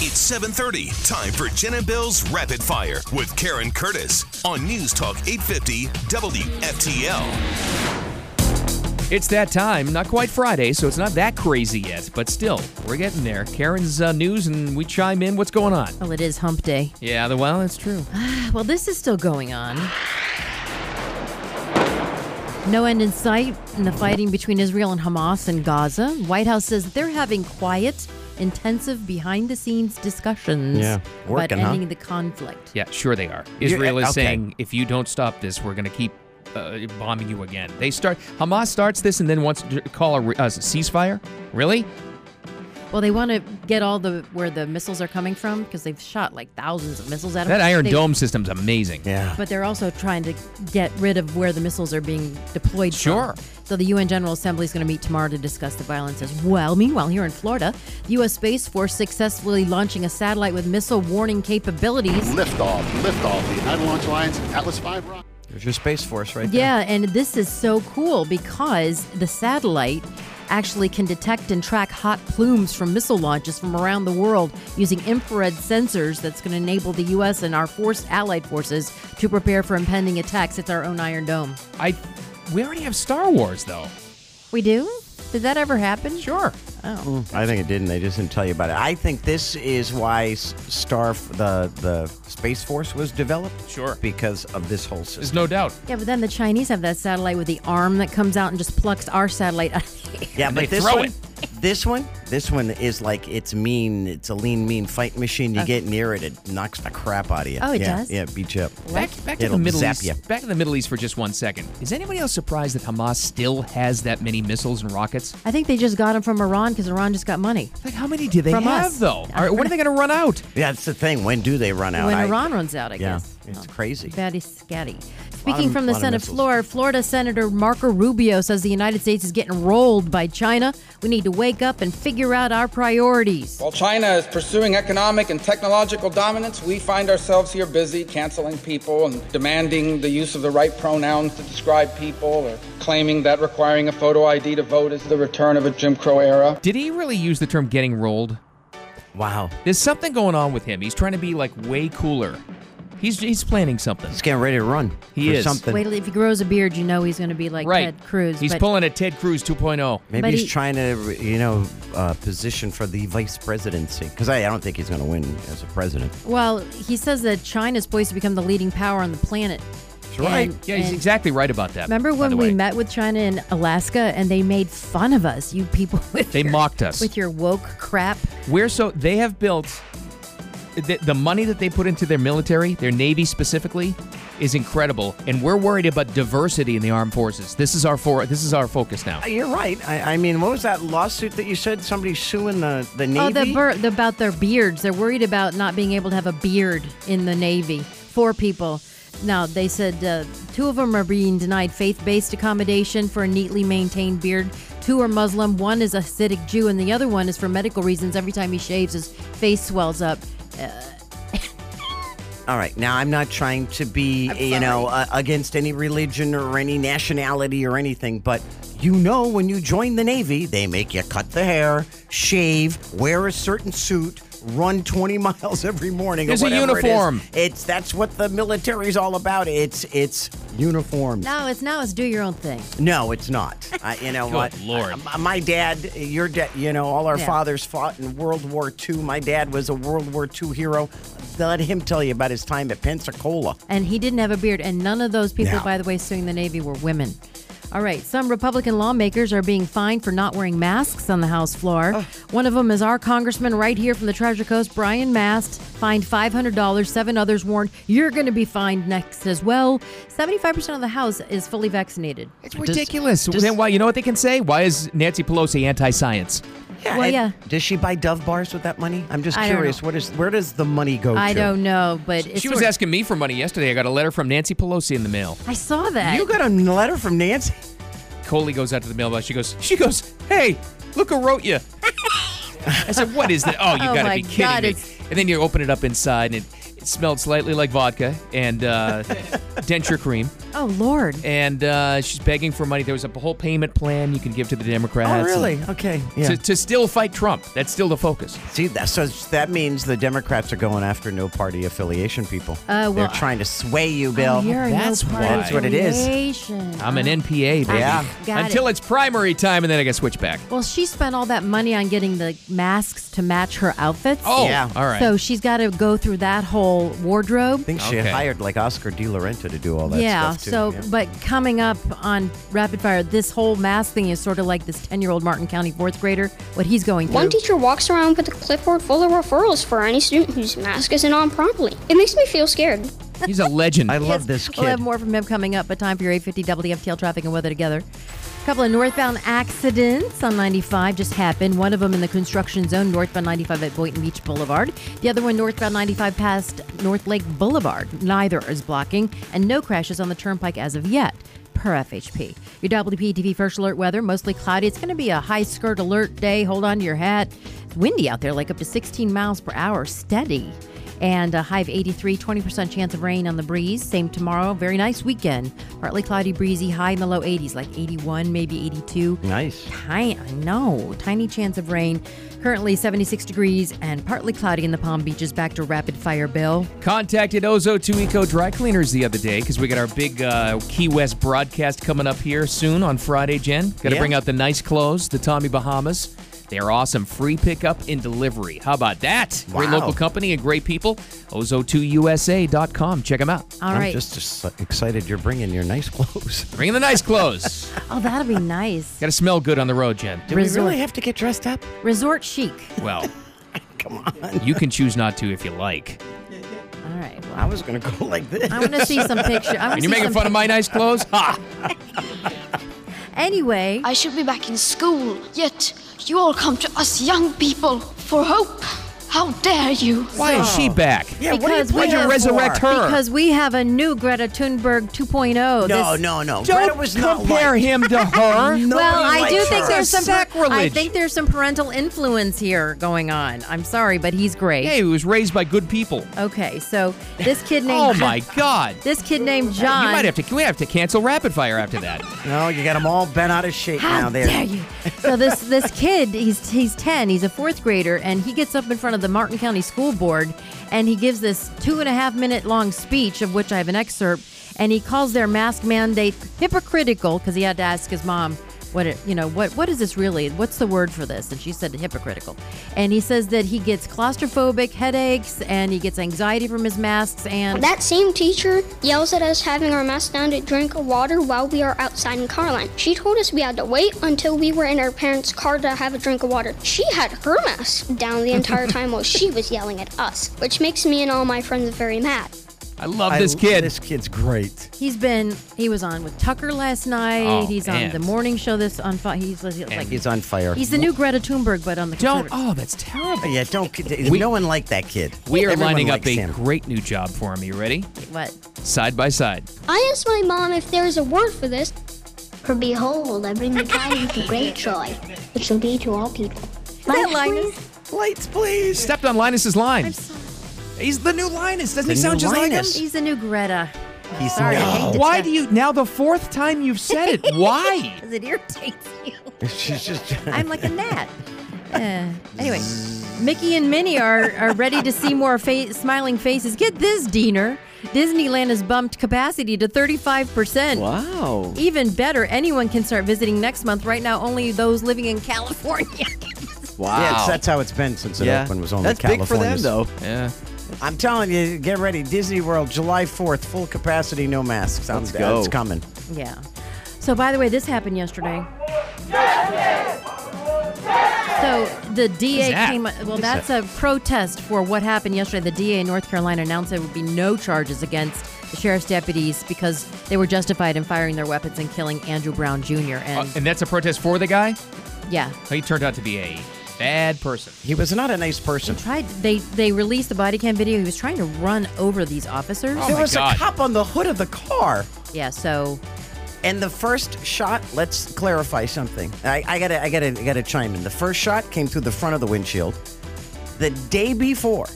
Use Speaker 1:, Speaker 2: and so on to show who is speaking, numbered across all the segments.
Speaker 1: It's 7:30. Time for Jen and Bill's Rapid Fire with Karen Curtis on News Talk 850 WFTL.
Speaker 2: It's that time. Not quite Friday, so it's not that crazy yet, but still, we're getting there. Karen's uh, news, and we chime in. What's going on?
Speaker 3: Well, it is hump day.
Speaker 2: Yeah, the, well, that's true.
Speaker 3: Well, this is still going on. No end in sight in the fighting between Israel and Hamas in Gaza. White House says that they're having quiet, intensive, behind the scenes discussions
Speaker 4: Yeah.
Speaker 3: about
Speaker 4: Working, huh?
Speaker 3: ending the conflict.
Speaker 2: Yeah, sure they are. Israel
Speaker 4: uh,
Speaker 2: is
Speaker 4: okay.
Speaker 2: saying if you don't stop this, we're going to keep uh, bombing you again. They start Hamas starts this and then wants to call a re- uh, ceasefire. Really?
Speaker 3: Well, they want to get all the where the missiles are coming from because they've shot like thousands of missiles at them.
Speaker 2: That Iron
Speaker 3: They-
Speaker 2: Dome system's amazing.
Speaker 4: Yeah.
Speaker 3: But they're also trying to get rid of where the missiles are being deployed. from.
Speaker 2: Sure.
Speaker 3: So the UN General Assembly is going to meet tomorrow to discuss the violence as well. Meanwhile, here in Florida, the U.S. Space Force successfully launching a satellite with missile warning capabilities.
Speaker 5: Liftoff, liftoff, the United Launch Alliance Atlas V rocket.
Speaker 4: There's your Space Force right there.
Speaker 3: Yeah, and this is so cool because the satellite actually can detect and track hot plumes from missile launches from around the world using infrared sensors that's going to enable the U.S. and our force allied forces to prepare for impending attacks. It's our own Iron Dome.
Speaker 2: I we already have Star Wars though.
Speaker 3: We do? Did that ever happen? Sure. Oh.
Speaker 4: I think it didn't. They just didn't tell you about it. I think this is why S- Star the the Space Force was developed.
Speaker 2: Sure.
Speaker 4: Because of this whole
Speaker 2: There's
Speaker 4: system.
Speaker 2: no doubt.
Speaker 3: Yeah, but then the Chinese have that satellite with the arm that comes out and just plucks our satellite out of the air.
Speaker 4: yeah,
Speaker 2: And
Speaker 4: but
Speaker 2: they
Speaker 4: this
Speaker 2: throw
Speaker 4: one,
Speaker 2: it.
Speaker 4: this one, this one is like it's mean. It's a lean, mean fight machine. You get near it, it knocks the crap out of you.
Speaker 3: Oh, it
Speaker 4: yeah,
Speaker 3: does?
Speaker 4: Yeah, beat you up.
Speaker 2: Back, back to the
Speaker 4: It'll
Speaker 2: Middle
Speaker 4: zap
Speaker 2: East.
Speaker 4: you.
Speaker 2: Back to the Middle East for just one second. Is anybody else surprised that Hamas still has that many missiles and rockets?
Speaker 3: I think they just got them from Iran because Iran just got money.
Speaker 2: Like, how many do they
Speaker 3: From
Speaker 2: have
Speaker 3: us.
Speaker 2: though? Are, when are they going to run out?
Speaker 4: Yeah, that's the thing. When do they run out?
Speaker 3: When
Speaker 4: I-
Speaker 3: Iran runs out, I
Speaker 4: Yeah,
Speaker 3: guess.
Speaker 4: it's crazy.
Speaker 3: Very scatty. Speaking from the
Speaker 4: lot of
Speaker 3: Senate
Speaker 4: missiles.
Speaker 3: floor, Florida Senator Marco Rubio says the United States is getting rolled by China. We need to wake up and figure out our priorities.
Speaker 6: While China is pursuing economic and technological dominance, we find ourselves here busy canceling people and demanding the use of the right pronouns to describe people or claiming that requiring a photo ID to vote is the return of a Jim Crow era.
Speaker 2: Did he really use the term "getting rolled"?
Speaker 4: Wow.
Speaker 2: There's something going on with him. He's trying to be like way cooler. He's he's planning something.
Speaker 4: He's getting ready to run.
Speaker 2: He
Speaker 4: for
Speaker 2: is.
Speaker 4: something.
Speaker 3: Wait till if he grows a beard, you know he's going to be like
Speaker 2: right.
Speaker 3: Ted Cruz.
Speaker 2: He's
Speaker 3: but-
Speaker 2: pulling a Ted Cruz oh. 2.0.
Speaker 4: Maybe
Speaker 3: But
Speaker 4: he's
Speaker 3: he-
Speaker 4: trying to, you know, uh, position for the vice presidency because I, I don't think he's going to win as a president.
Speaker 3: Well, he says that China is poised to become the leading power on the planet.
Speaker 2: Right.
Speaker 3: And-
Speaker 2: yeah, he's
Speaker 3: and
Speaker 2: exactly right about that.
Speaker 3: Remember
Speaker 2: by
Speaker 3: when
Speaker 2: the
Speaker 3: we
Speaker 2: way.
Speaker 3: met with China in Alaska and they made fun of us, you people with
Speaker 2: They
Speaker 3: your-
Speaker 2: mocked us.
Speaker 3: with your woke crap.
Speaker 2: We're so they have built the, the money that they put into their military, their navy specifically, is incredible, and we're worried about diversity in the armed forces. This is our for this is our focus now.
Speaker 4: Uh, You're right. I, I mean, what was that lawsuit that you said somebody suing the the Navy?
Speaker 3: Oh, the, bur- the about their beards. They're worried about not being able to have a beard in the Navy. Four people. Now they said uh, two of them are being denied faith-based accommodation for a neatly maintained beard. Two are Muslim. One is a Hasidic Jew, and the other one is for medical reasons. Every time he shaves, his face swells up.
Speaker 4: All right. Now, I'm not trying to be, you know, uh, against any religion or any nationality or anything, but you know, when you join the Navy, they make you cut the hair, shave, wear a certain suit. Run 20 miles every morning.
Speaker 2: There's a
Speaker 4: or whatever it is.
Speaker 2: uniform.
Speaker 4: It's that's what the military's all about. It's it's uniforms.
Speaker 3: No, it's now it's do your own thing.
Speaker 4: No, it's not. I, you know
Speaker 2: Good
Speaker 4: what?
Speaker 2: Lord.
Speaker 4: Uh, my dad, your dad, you know, all our
Speaker 3: Yeah.
Speaker 4: fathers fought in World War II. My dad was a World War II hero. Let him tell you about his time at Pensacola.
Speaker 3: and he didn't have a beard. And none of those people,
Speaker 4: No.
Speaker 3: by the way, suing the Navy were women. All right, some Republican lawmakers are being fined for not wearing masks on the House floor. One of them is our congressman right here from the Treasure Coast, Brian Mast, fined $500. Seven others warned, you're going to be fined next as well. 75% of the House is fully vaccinated.
Speaker 2: It's ridiculous. then why you know what they can say? Why is Nancy Pelosi anti-science?
Speaker 3: Well,
Speaker 4: and
Speaker 3: yeah.
Speaker 4: Does she buy Dove bars with that money? I'm just
Speaker 3: I don't
Speaker 4: curious.
Speaker 3: know.
Speaker 4: What is? Where does the money go?
Speaker 3: I
Speaker 4: to?
Speaker 3: don't know, but it's
Speaker 2: She was
Speaker 3: sort of-
Speaker 2: asking me for money yesterday. I got a letter from Nancy Pelosi in the mail.
Speaker 3: I saw that.
Speaker 4: You got a letter from Nancy.
Speaker 2: Coley goes out to the mailbox. She goes, she goes, hey, look who wrote you. I said, what is that? Oh, you
Speaker 3: Oh
Speaker 2: gotta
Speaker 3: my
Speaker 2: be kidding
Speaker 3: God,
Speaker 2: me.
Speaker 3: it's-
Speaker 2: And then you open it up inside and it, it smelled slightly like vodka and uh, denture cream.
Speaker 3: Oh, Lord.
Speaker 2: and uh, she's begging for money. There was a whole payment plan you can give to the
Speaker 3: Oh,
Speaker 2: Democrats.
Speaker 4: Oh, Okay.
Speaker 2: To,
Speaker 4: Yeah.
Speaker 2: to still fight Trump. That's still the focus.
Speaker 4: See, that, so that means the Democrats are going after no party affiliation people.
Speaker 3: well,
Speaker 4: They're trying to sway you, Bill.
Speaker 3: Oh, You're
Speaker 2: that's
Speaker 3: no
Speaker 2: why.
Speaker 3: party
Speaker 2: That's what
Speaker 4: it is.
Speaker 3: affiliation.
Speaker 2: I'm an NPA, baby.
Speaker 4: Yeah.
Speaker 3: Got
Speaker 2: Until
Speaker 3: it.
Speaker 2: it's primary time, and then I get switched back.
Speaker 3: Well, she spent all that money on getting the masks to match her outfits.
Speaker 2: Oh,
Speaker 4: Yeah.
Speaker 2: all right.
Speaker 3: So she's got to go through that whole wardrobe.
Speaker 4: I think she
Speaker 2: Okay.
Speaker 4: hired like Oscar De La Renta to do all that
Speaker 3: yeah.
Speaker 4: stuff. too.
Speaker 3: so, but coming up on Rapid Fire, this whole mask thing is sort of like this 10 year old Martin County fourth grader, what he's going through.
Speaker 7: One teacher walks around with a clipboard full of referrals for any student whose mask isn't on promptly. It makes me feel scared.
Speaker 2: He's a legend.
Speaker 4: I
Speaker 3: Yes.
Speaker 4: love this kid.
Speaker 3: We'll have more from him coming up, but time for your 850 WFTL traffic and weather together. A couple of northbound accidents on 95 just happened. One of them in the construction zone, northbound 95 at Boynton Beach Boulevard. The other one, northbound 95 past North Lake Boulevard. Neither is blocking, and no crashes on the turnpike as of yet. Per FHP. Your WPTV First Alert weather, mostly cloudy. It's going to be a high skirt alert day. Hold on to your hat. It's windy out there, like up to 16 miles per hour, steady and a high of 83, 20% chance of rain on the breeze. Same tomorrow. Very nice weekend. Partly cloudy, breezy, high in the low 80s, like 81, maybe 82.
Speaker 4: nice.
Speaker 3: Tiny, I know, tiny chance of rain. Currently 76 degrees and partly cloudy in the Palm Beaches. Back to rapid fire, Bill.
Speaker 2: contacted Ozo 2 Eco Dry Cleaners the other day because we got our big uh, Key West broadcast coming up here soon on Friday, Jen. Got to
Speaker 4: Yeah.
Speaker 2: bring out the nice clothes, the Tommy Bahamas. They are awesome. Free pickup and delivery. How about that? Great
Speaker 4: Wow.
Speaker 2: local company and great people. Ozo2USA.com. Check them out.
Speaker 3: All
Speaker 4: I'm
Speaker 3: right.
Speaker 4: just as excited you're bringing your nice clothes.
Speaker 2: Bring in the nice clothes.
Speaker 3: oh, that'll be nice.
Speaker 2: got to smell good on the road, Jen.
Speaker 4: Do
Speaker 3: Resort.
Speaker 4: we really have to get dressed up?
Speaker 3: Resort chic.
Speaker 2: Well,
Speaker 4: Come on.
Speaker 2: you can choose not to if you like.
Speaker 3: All right.
Speaker 4: I
Speaker 3: Well,
Speaker 4: was going to go like this.
Speaker 3: I want to see some pictures. I wanna
Speaker 2: And you're
Speaker 3: see
Speaker 2: making
Speaker 3: some
Speaker 2: fun of my nice clothes? Ha!
Speaker 3: pic- Anyway,
Speaker 8: I should be back in school, yet you all come to us young people for hope. How dare you?
Speaker 2: Why is
Speaker 4: Oh.
Speaker 2: she back?
Speaker 4: yeah, what are you
Speaker 3: Because we
Speaker 2: Why'd
Speaker 4: playing
Speaker 2: you
Speaker 3: have-
Speaker 2: resurrect
Speaker 4: for?
Speaker 2: her?
Speaker 3: because we have a new Greta Thunberg 2.0.
Speaker 4: No,
Speaker 3: This-
Speaker 4: no, no.
Speaker 2: Don't
Speaker 4: Greta was not
Speaker 2: compare
Speaker 4: liked.
Speaker 2: him to her.
Speaker 4: No.
Speaker 3: well,
Speaker 4: Nobody
Speaker 3: I do
Speaker 4: likes
Speaker 3: think
Speaker 4: her.
Speaker 3: there's some
Speaker 2: Sack
Speaker 3: I
Speaker 2: religion.
Speaker 3: think there's some parental influence here going on. I'm sorry, but he's great.
Speaker 2: Hey, he was raised by good people.
Speaker 3: Okay, so this kid
Speaker 2: Oh
Speaker 3: named
Speaker 2: my God!
Speaker 3: this kid named
Speaker 2: You
Speaker 3: John.
Speaker 2: might have to. We have to cancel rapid fire after that.
Speaker 4: No, you got them all bent out of shape
Speaker 3: How
Speaker 4: now. There.
Speaker 3: dare you? So this this kid, he's he's ten, he's a fourth grader, and he gets up in front of the Martin County School Board, and he gives this two and a half minute long speech, of which I have an excerpt, and he calls their mask mandate hypocritical because he had to ask his mom what it you know what what is this really? What's the word for this? And she said hypocritical, and he says that he gets claustrophobic headaches and he gets anxiety from his masks and
Speaker 7: That same teacher yells at us having our masks down to drink water while we are outside in car line. She told us we had to wait until we were in our parents' car to have a drink of water. She had her mask down the entire time while she was yelling at us, which makes me and all my friends very mad.
Speaker 2: I love
Speaker 4: I
Speaker 2: this
Speaker 4: l-
Speaker 2: kid.
Speaker 4: This kid's great.
Speaker 3: He's been he was on with Tucker last night.
Speaker 2: Oh,
Speaker 3: he's
Speaker 2: man.
Speaker 3: on the morning show this on Fo- he's like
Speaker 4: He's on fire.
Speaker 3: he's the new Greta Thunberg but on the
Speaker 2: Don't.
Speaker 3: conservative-
Speaker 2: Oh, that's terrible.
Speaker 4: Yeah, don't.
Speaker 2: We-
Speaker 4: no one liked that kid.
Speaker 2: We are
Speaker 4: Everyone
Speaker 2: lining up
Speaker 4: likes
Speaker 2: a
Speaker 4: him.
Speaker 2: great new job for him. You ready?
Speaker 3: what?
Speaker 2: Side by side.
Speaker 7: I asked my mom if there is a word for this. For behold, I bring you tidings of great joy, which shall be to all people.
Speaker 3: that Linus?
Speaker 4: Lights, please.
Speaker 2: Stepped on Linus's line. He's the new Linus. Doesn't
Speaker 4: The
Speaker 2: he sound
Speaker 4: new
Speaker 2: just
Speaker 4: Linus.
Speaker 2: like him?
Speaker 3: He's the new Greta.
Speaker 4: He's
Speaker 3: Sorry, I hate
Speaker 4: no.
Speaker 3: to
Speaker 2: Why
Speaker 3: tell-
Speaker 2: do you? Now the fourth time you've said it. Why?
Speaker 3: 'Cause it irritates you.
Speaker 4: She's just.
Speaker 3: I'm like a gnat. Uh, anyway, Mickey and Minnie are, are ready to see more fa- smiling faces. Get this, Diener. Disneyland has bumped capacity to 35%.
Speaker 9: Wow.
Speaker 3: Even better, anyone can start visiting next month. Right now, only those living in California.
Speaker 9: Wow.
Speaker 4: Yeah, it's, that's how it's been since it opened. Was only
Speaker 9: That's big for them,
Speaker 4: California's.
Speaker 9: though.
Speaker 2: Yeah.
Speaker 4: I'm telling you, get ready. Disney World, July 4th, full capacity, no masks. I'm,
Speaker 9: Let's go.
Speaker 4: It's coming.
Speaker 3: yeah. So, by the way, this happened yesterday. So the DA
Speaker 2: that?
Speaker 3: came. Well, that's a protest for what happened yesterday. The DA in North Carolina announced there would be no charges against the sheriff's deputies because they were justified in firing their weapons and killing Andrew Brown Jr.
Speaker 2: Uh,
Speaker 3: And
Speaker 2: and that's a protest for the guy.
Speaker 3: yeah,
Speaker 2: He turned out to be a bad person.
Speaker 4: He was not a nice person.
Speaker 3: tried. They they released the body cam video. He was trying to run over these officers.
Speaker 2: Oh.
Speaker 4: there
Speaker 2: my
Speaker 4: was
Speaker 2: God.
Speaker 4: a cop on the hood of the car.
Speaker 3: Yeah. So
Speaker 4: And the first shot, let's clarify something. I, I gotta, I gotta, I gotta chime in. The first shot came through the front of the windshield. The day before,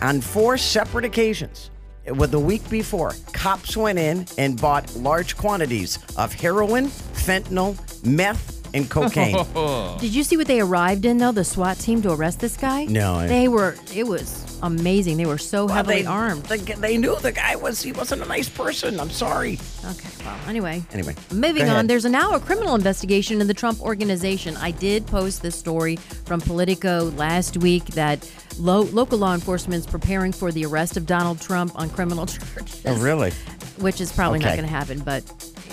Speaker 4: on four separate occasions, well, the week before, cops went in and bought large quantities of heroin, fentanyl, meth, and cocaine.
Speaker 2: Oh.
Speaker 3: Did you see what they arrived in though? The SWAT team to arrest this guy?
Speaker 4: No, I-
Speaker 3: they were. It was amazing. They were so
Speaker 4: Well,
Speaker 3: heavily
Speaker 4: they,
Speaker 3: armed.
Speaker 4: They, they knew the guy was he wasn't a nice person. I'm sorry.
Speaker 3: okay. Well, anyway.
Speaker 4: Anyway, go
Speaker 3: Moving
Speaker 4: ahead.
Speaker 3: on, there's an now a criminal investigation in the Trump organization. I did post this story from Politico last week that lo- local law enforcement is preparing for the arrest of Donald Trump on criminal charges.
Speaker 4: Oh, really?
Speaker 3: which is probably not
Speaker 4: Okay.
Speaker 3: going to happen, but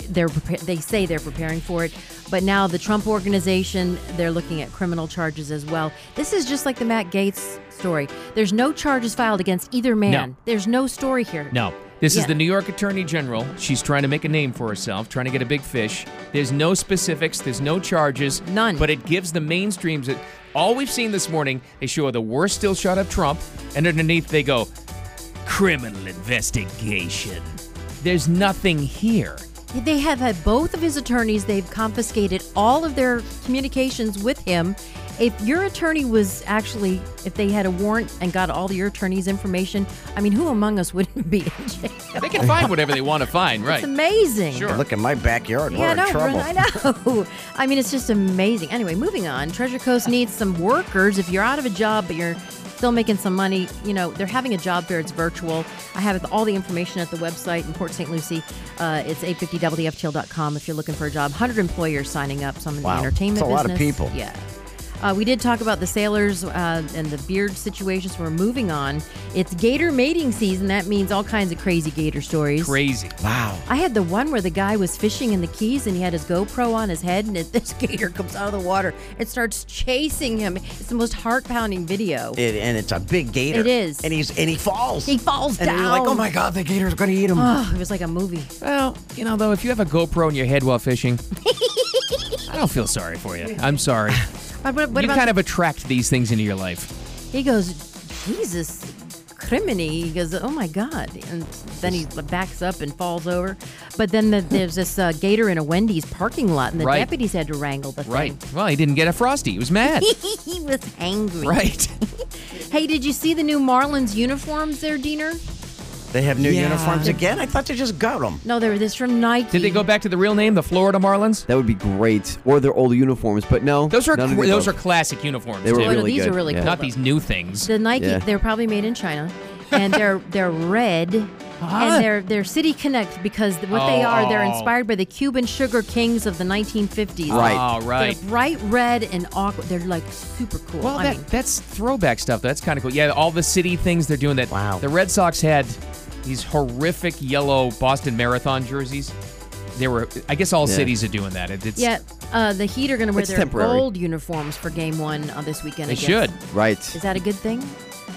Speaker 3: they're prepa- they say they're preparing for it. But now the Trump organization, they're looking at criminal charges as well. This is just like the Matt Gates story. There's no charges filed against either man.
Speaker 2: No.
Speaker 3: There's no story here.
Speaker 2: No. This is
Speaker 3: Yeah.
Speaker 2: the New York Attorney General. She's trying to make a name for herself, trying to get a big fish. There's no specifics, there's no charges.
Speaker 3: None.
Speaker 2: But it gives the mainstreams that all we've seen this morning, they show the worst still shot of Trump, and underneath they go, criminal investigation. There's nothing here.
Speaker 3: They have had both of his attorneys. They've confiscated all of their communications with him. If your attorney was actually, if they had a warrant and got all your attorney's information, I mean, who among us wouldn't be in jail?
Speaker 2: They can find whatever they want to find, right?
Speaker 3: It's amazing.
Speaker 2: Sure.
Speaker 4: Look in my backyard. We're
Speaker 3: Yeah, I
Speaker 4: in
Speaker 3: know, Bryn,
Speaker 4: trouble.
Speaker 3: I know. I mean, it's just amazing. Anyway, moving on. Treasure Coast needs some workers. If you're out of a job but you're still making some money, you know, they're having a job fair. It's virtual. I have all the information at the website in Port St. Lucie. Uh, it's 850wftl.com if you're looking for a job. 100 employers signing up, some in
Speaker 4: Wow.
Speaker 3: the entertainment
Speaker 4: That's a lot of
Speaker 3: business.
Speaker 4: people.
Speaker 3: Yeah. Uh, we did talk about the sailors uh, and the beard situations. We're moving on. It's gator mating season. That means all kinds of crazy gator stories.
Speaker 2: Crazy.
Speaker 4: Wow.
Speaker 3: I had the one where the guy was fishing in the Keys and he had his GoPro on his head, and it, this gator comes out of the water and starts chasing him. It's the most heart pounding video.
Speaker 4: It, and it's a big gator.
Speaker 3: It is.
Speaker 4: And he's and he falls.
Speaker 3: He falls
Speaker 4: and you're like,
Speaker 3: down.
Speaker 4: oh my god, the gator's gonna eat him.
Speaker 3: Oh, it was like a movie.
Speaker 2: Well, you know, though, if you have a GoPro in your head while fishing, I don't feel sorry for you. I'm sorry.
Speaker 3: But what, what
Speaker 2: you
Speaker 3: about
Speaker 2: kind of attract these things into your life.
Speaker 3: he goes, Jesus, criminy. He goes, oh my God. And then he backs up and falls over. But then the, there's this uh, gator in a Wendy's parking lot, and the
Speaker 2: Right.
Speaker 3: deputies had to wrangle the
Speaker 2: Right.
Speaker 3: thing.
Speaker 2: Well, he didn't get a frosty. He was mad.
Speaker 3: he was angry.
Speaker 2: right.
Speaker 3: Hey, did you see the new Marlins uniforms there, Diener?
Speaker 4: They have new
Speaker 2: Yeah.
Speaker 4: uniforms again. I thought they just got them.
Speaker 3: No, they were this from Nike.
Speaker 2: Did they go back to the real name, the Florida Marlins?
Speaker 9: That would be great. Or their old uniforms, but no.
Speaker 2: Those are
Speaker 9: none of the
Speaker 2: those are
Speaker 9: above.
Speaker 2: classic uniforms.
Speaker 9: They were
Speaker 2: dude.
Speaker 3: Oh, no,
Speaker 9: really
Speaker 3: these
Speaker 9: good,
Speaker 3: are really
Speaker 9: yeah.
Speaker 3: cool.
Speaker 2: Not
Speaker 3: though.
Speaker 2: these new things.
Speaker 3: The Nike,
Speaker 9: Yeah.
Speaker 3: they're probably made in China, and they're they're red, and they're they're City Connect because what they are, they're
Speaker 2: Ah. Oh.
Speaker 3: inspired by the Cuban sugar kings of the 1950s.
Speaker 9: Right.
Speaker 2: Oh, right.
Speaker 3: They're bright red and awkward. They're like super cool.
Speaker 2: Well,
Speaker 3: I
Speaker 2: that,
Speaker 3: mean,
Speaker 2: that's throwback stuff. That's kind of cool. Yeah, all the city things they're doing that.
Speaker 4: Wow.
Speaker 2: The Red Sox had these horrific yellow Boston Marathon jerseys. They were, I guess, all
Speaker 9: Yeah.
Speaker 2: cities are doing that. It, it's,
Speaker 3: yeah, uh, the Heat are going to wear
Speaker 9: It's
Speaker 3: their
Speaker 9: temporary.
Speaker 3: gold uniforms for Game One uh, this weekend.
Speaker 2: They
Speaker 3: against-
Speaker 2: should.
Speaker 9: Right.
Speaker 3: Is that a good thing?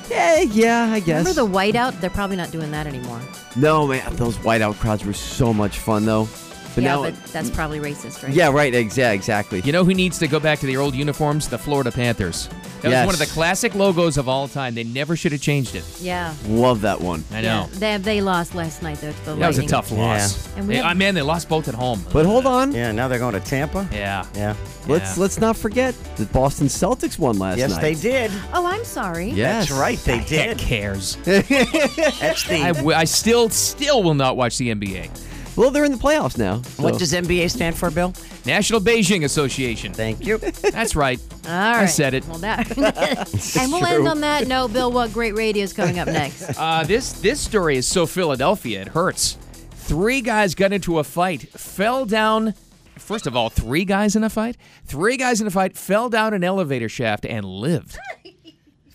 Speaker 9: Yeah, yeah, I guess.
Speaker 3: Remember the whiteout? They're probably not doing that anymore.
Speaker 9: no, man, those whiteout crowds were so much fun, though. But
Speaker 3: yeah,
Speaker 9: now,
Speaker 3: but that's probably racist, right?
Speaker 9: yeah, right, exa- exactly.
Speaker 2: You know who needs to go back to their old uniforms? The Florida Panthers. That
Speaker 9: Yes.
Speaker 2: was one of the classic logos of all time. They never should have changed it.
Speaker 3: Yeah.
Speaker 9: Love that one.
Speaker 2: I know.
Speaker 3: Yeah, They, they lost last night though. To the
Speaker 2: That was a
Speaker 3: Lightning.
Speaker 2: tough loss.
Speaker 3: And we
Speaker 2: They-
Speaker 3: have-
Speaker 2: oh, man, they lost both at home.
Speaker 9: But hold on,
Speaker 4: Yeah, now they're going to Tampa.
Speaker 2: yeah.
Speaker 4: Yeah.
Speaker 9: let's let's not forget the Boston Celtics won last
Speaker 4: yes,
Speaker 9: night.
Speaker 4: they did.
Speaker 3: Oh, I'm sorry.
Speaker 9: Yes,
Speaker 4: That's right, they
Speaker 2: Heck
Speaker 4: did.
Speaker 2: cares.
Speaker 4: That's the.
Speaker 2: I, w- I still still will not watch the NBA.
Speaker 9: Well, they're in the playoffs now.
Speaker 4: what
Speaker 9: so-
Speaker 4: does NBA stand for, Bill?
Speaker 2: National Beijing Association.
Speaker 4: Thank you.
Speaker 2: That's right.
Speaker 3: All right.
Speaker 2: I said it.
Speaker 3: Well, that, and we'll end on that note, Bill. What great radio is coming up next?
Speaker 2: Uh, this this story is so Philadelphia it hurts. Three guys got into a fight, fell down. First of all, three guys in a fight. Three guys in a fight fell down an elevator shaft and lived.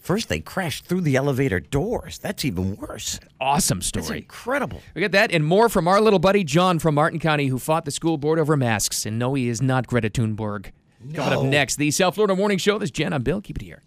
Speaker 4: First, they crashed through the elevator doors. That's even worse.
Speaker 2: Awesome
Speaker 4: That's
Speaker 2: story.
Speaker 4: incredible.
Speaker 2: We got that and more from our little buddy John from Martin County, who fought the school board over masks. And no, he is not Greta Thunberg. Coming up next, the South Florida Morning Show. This is Jen. I'm Bill. Keep it here.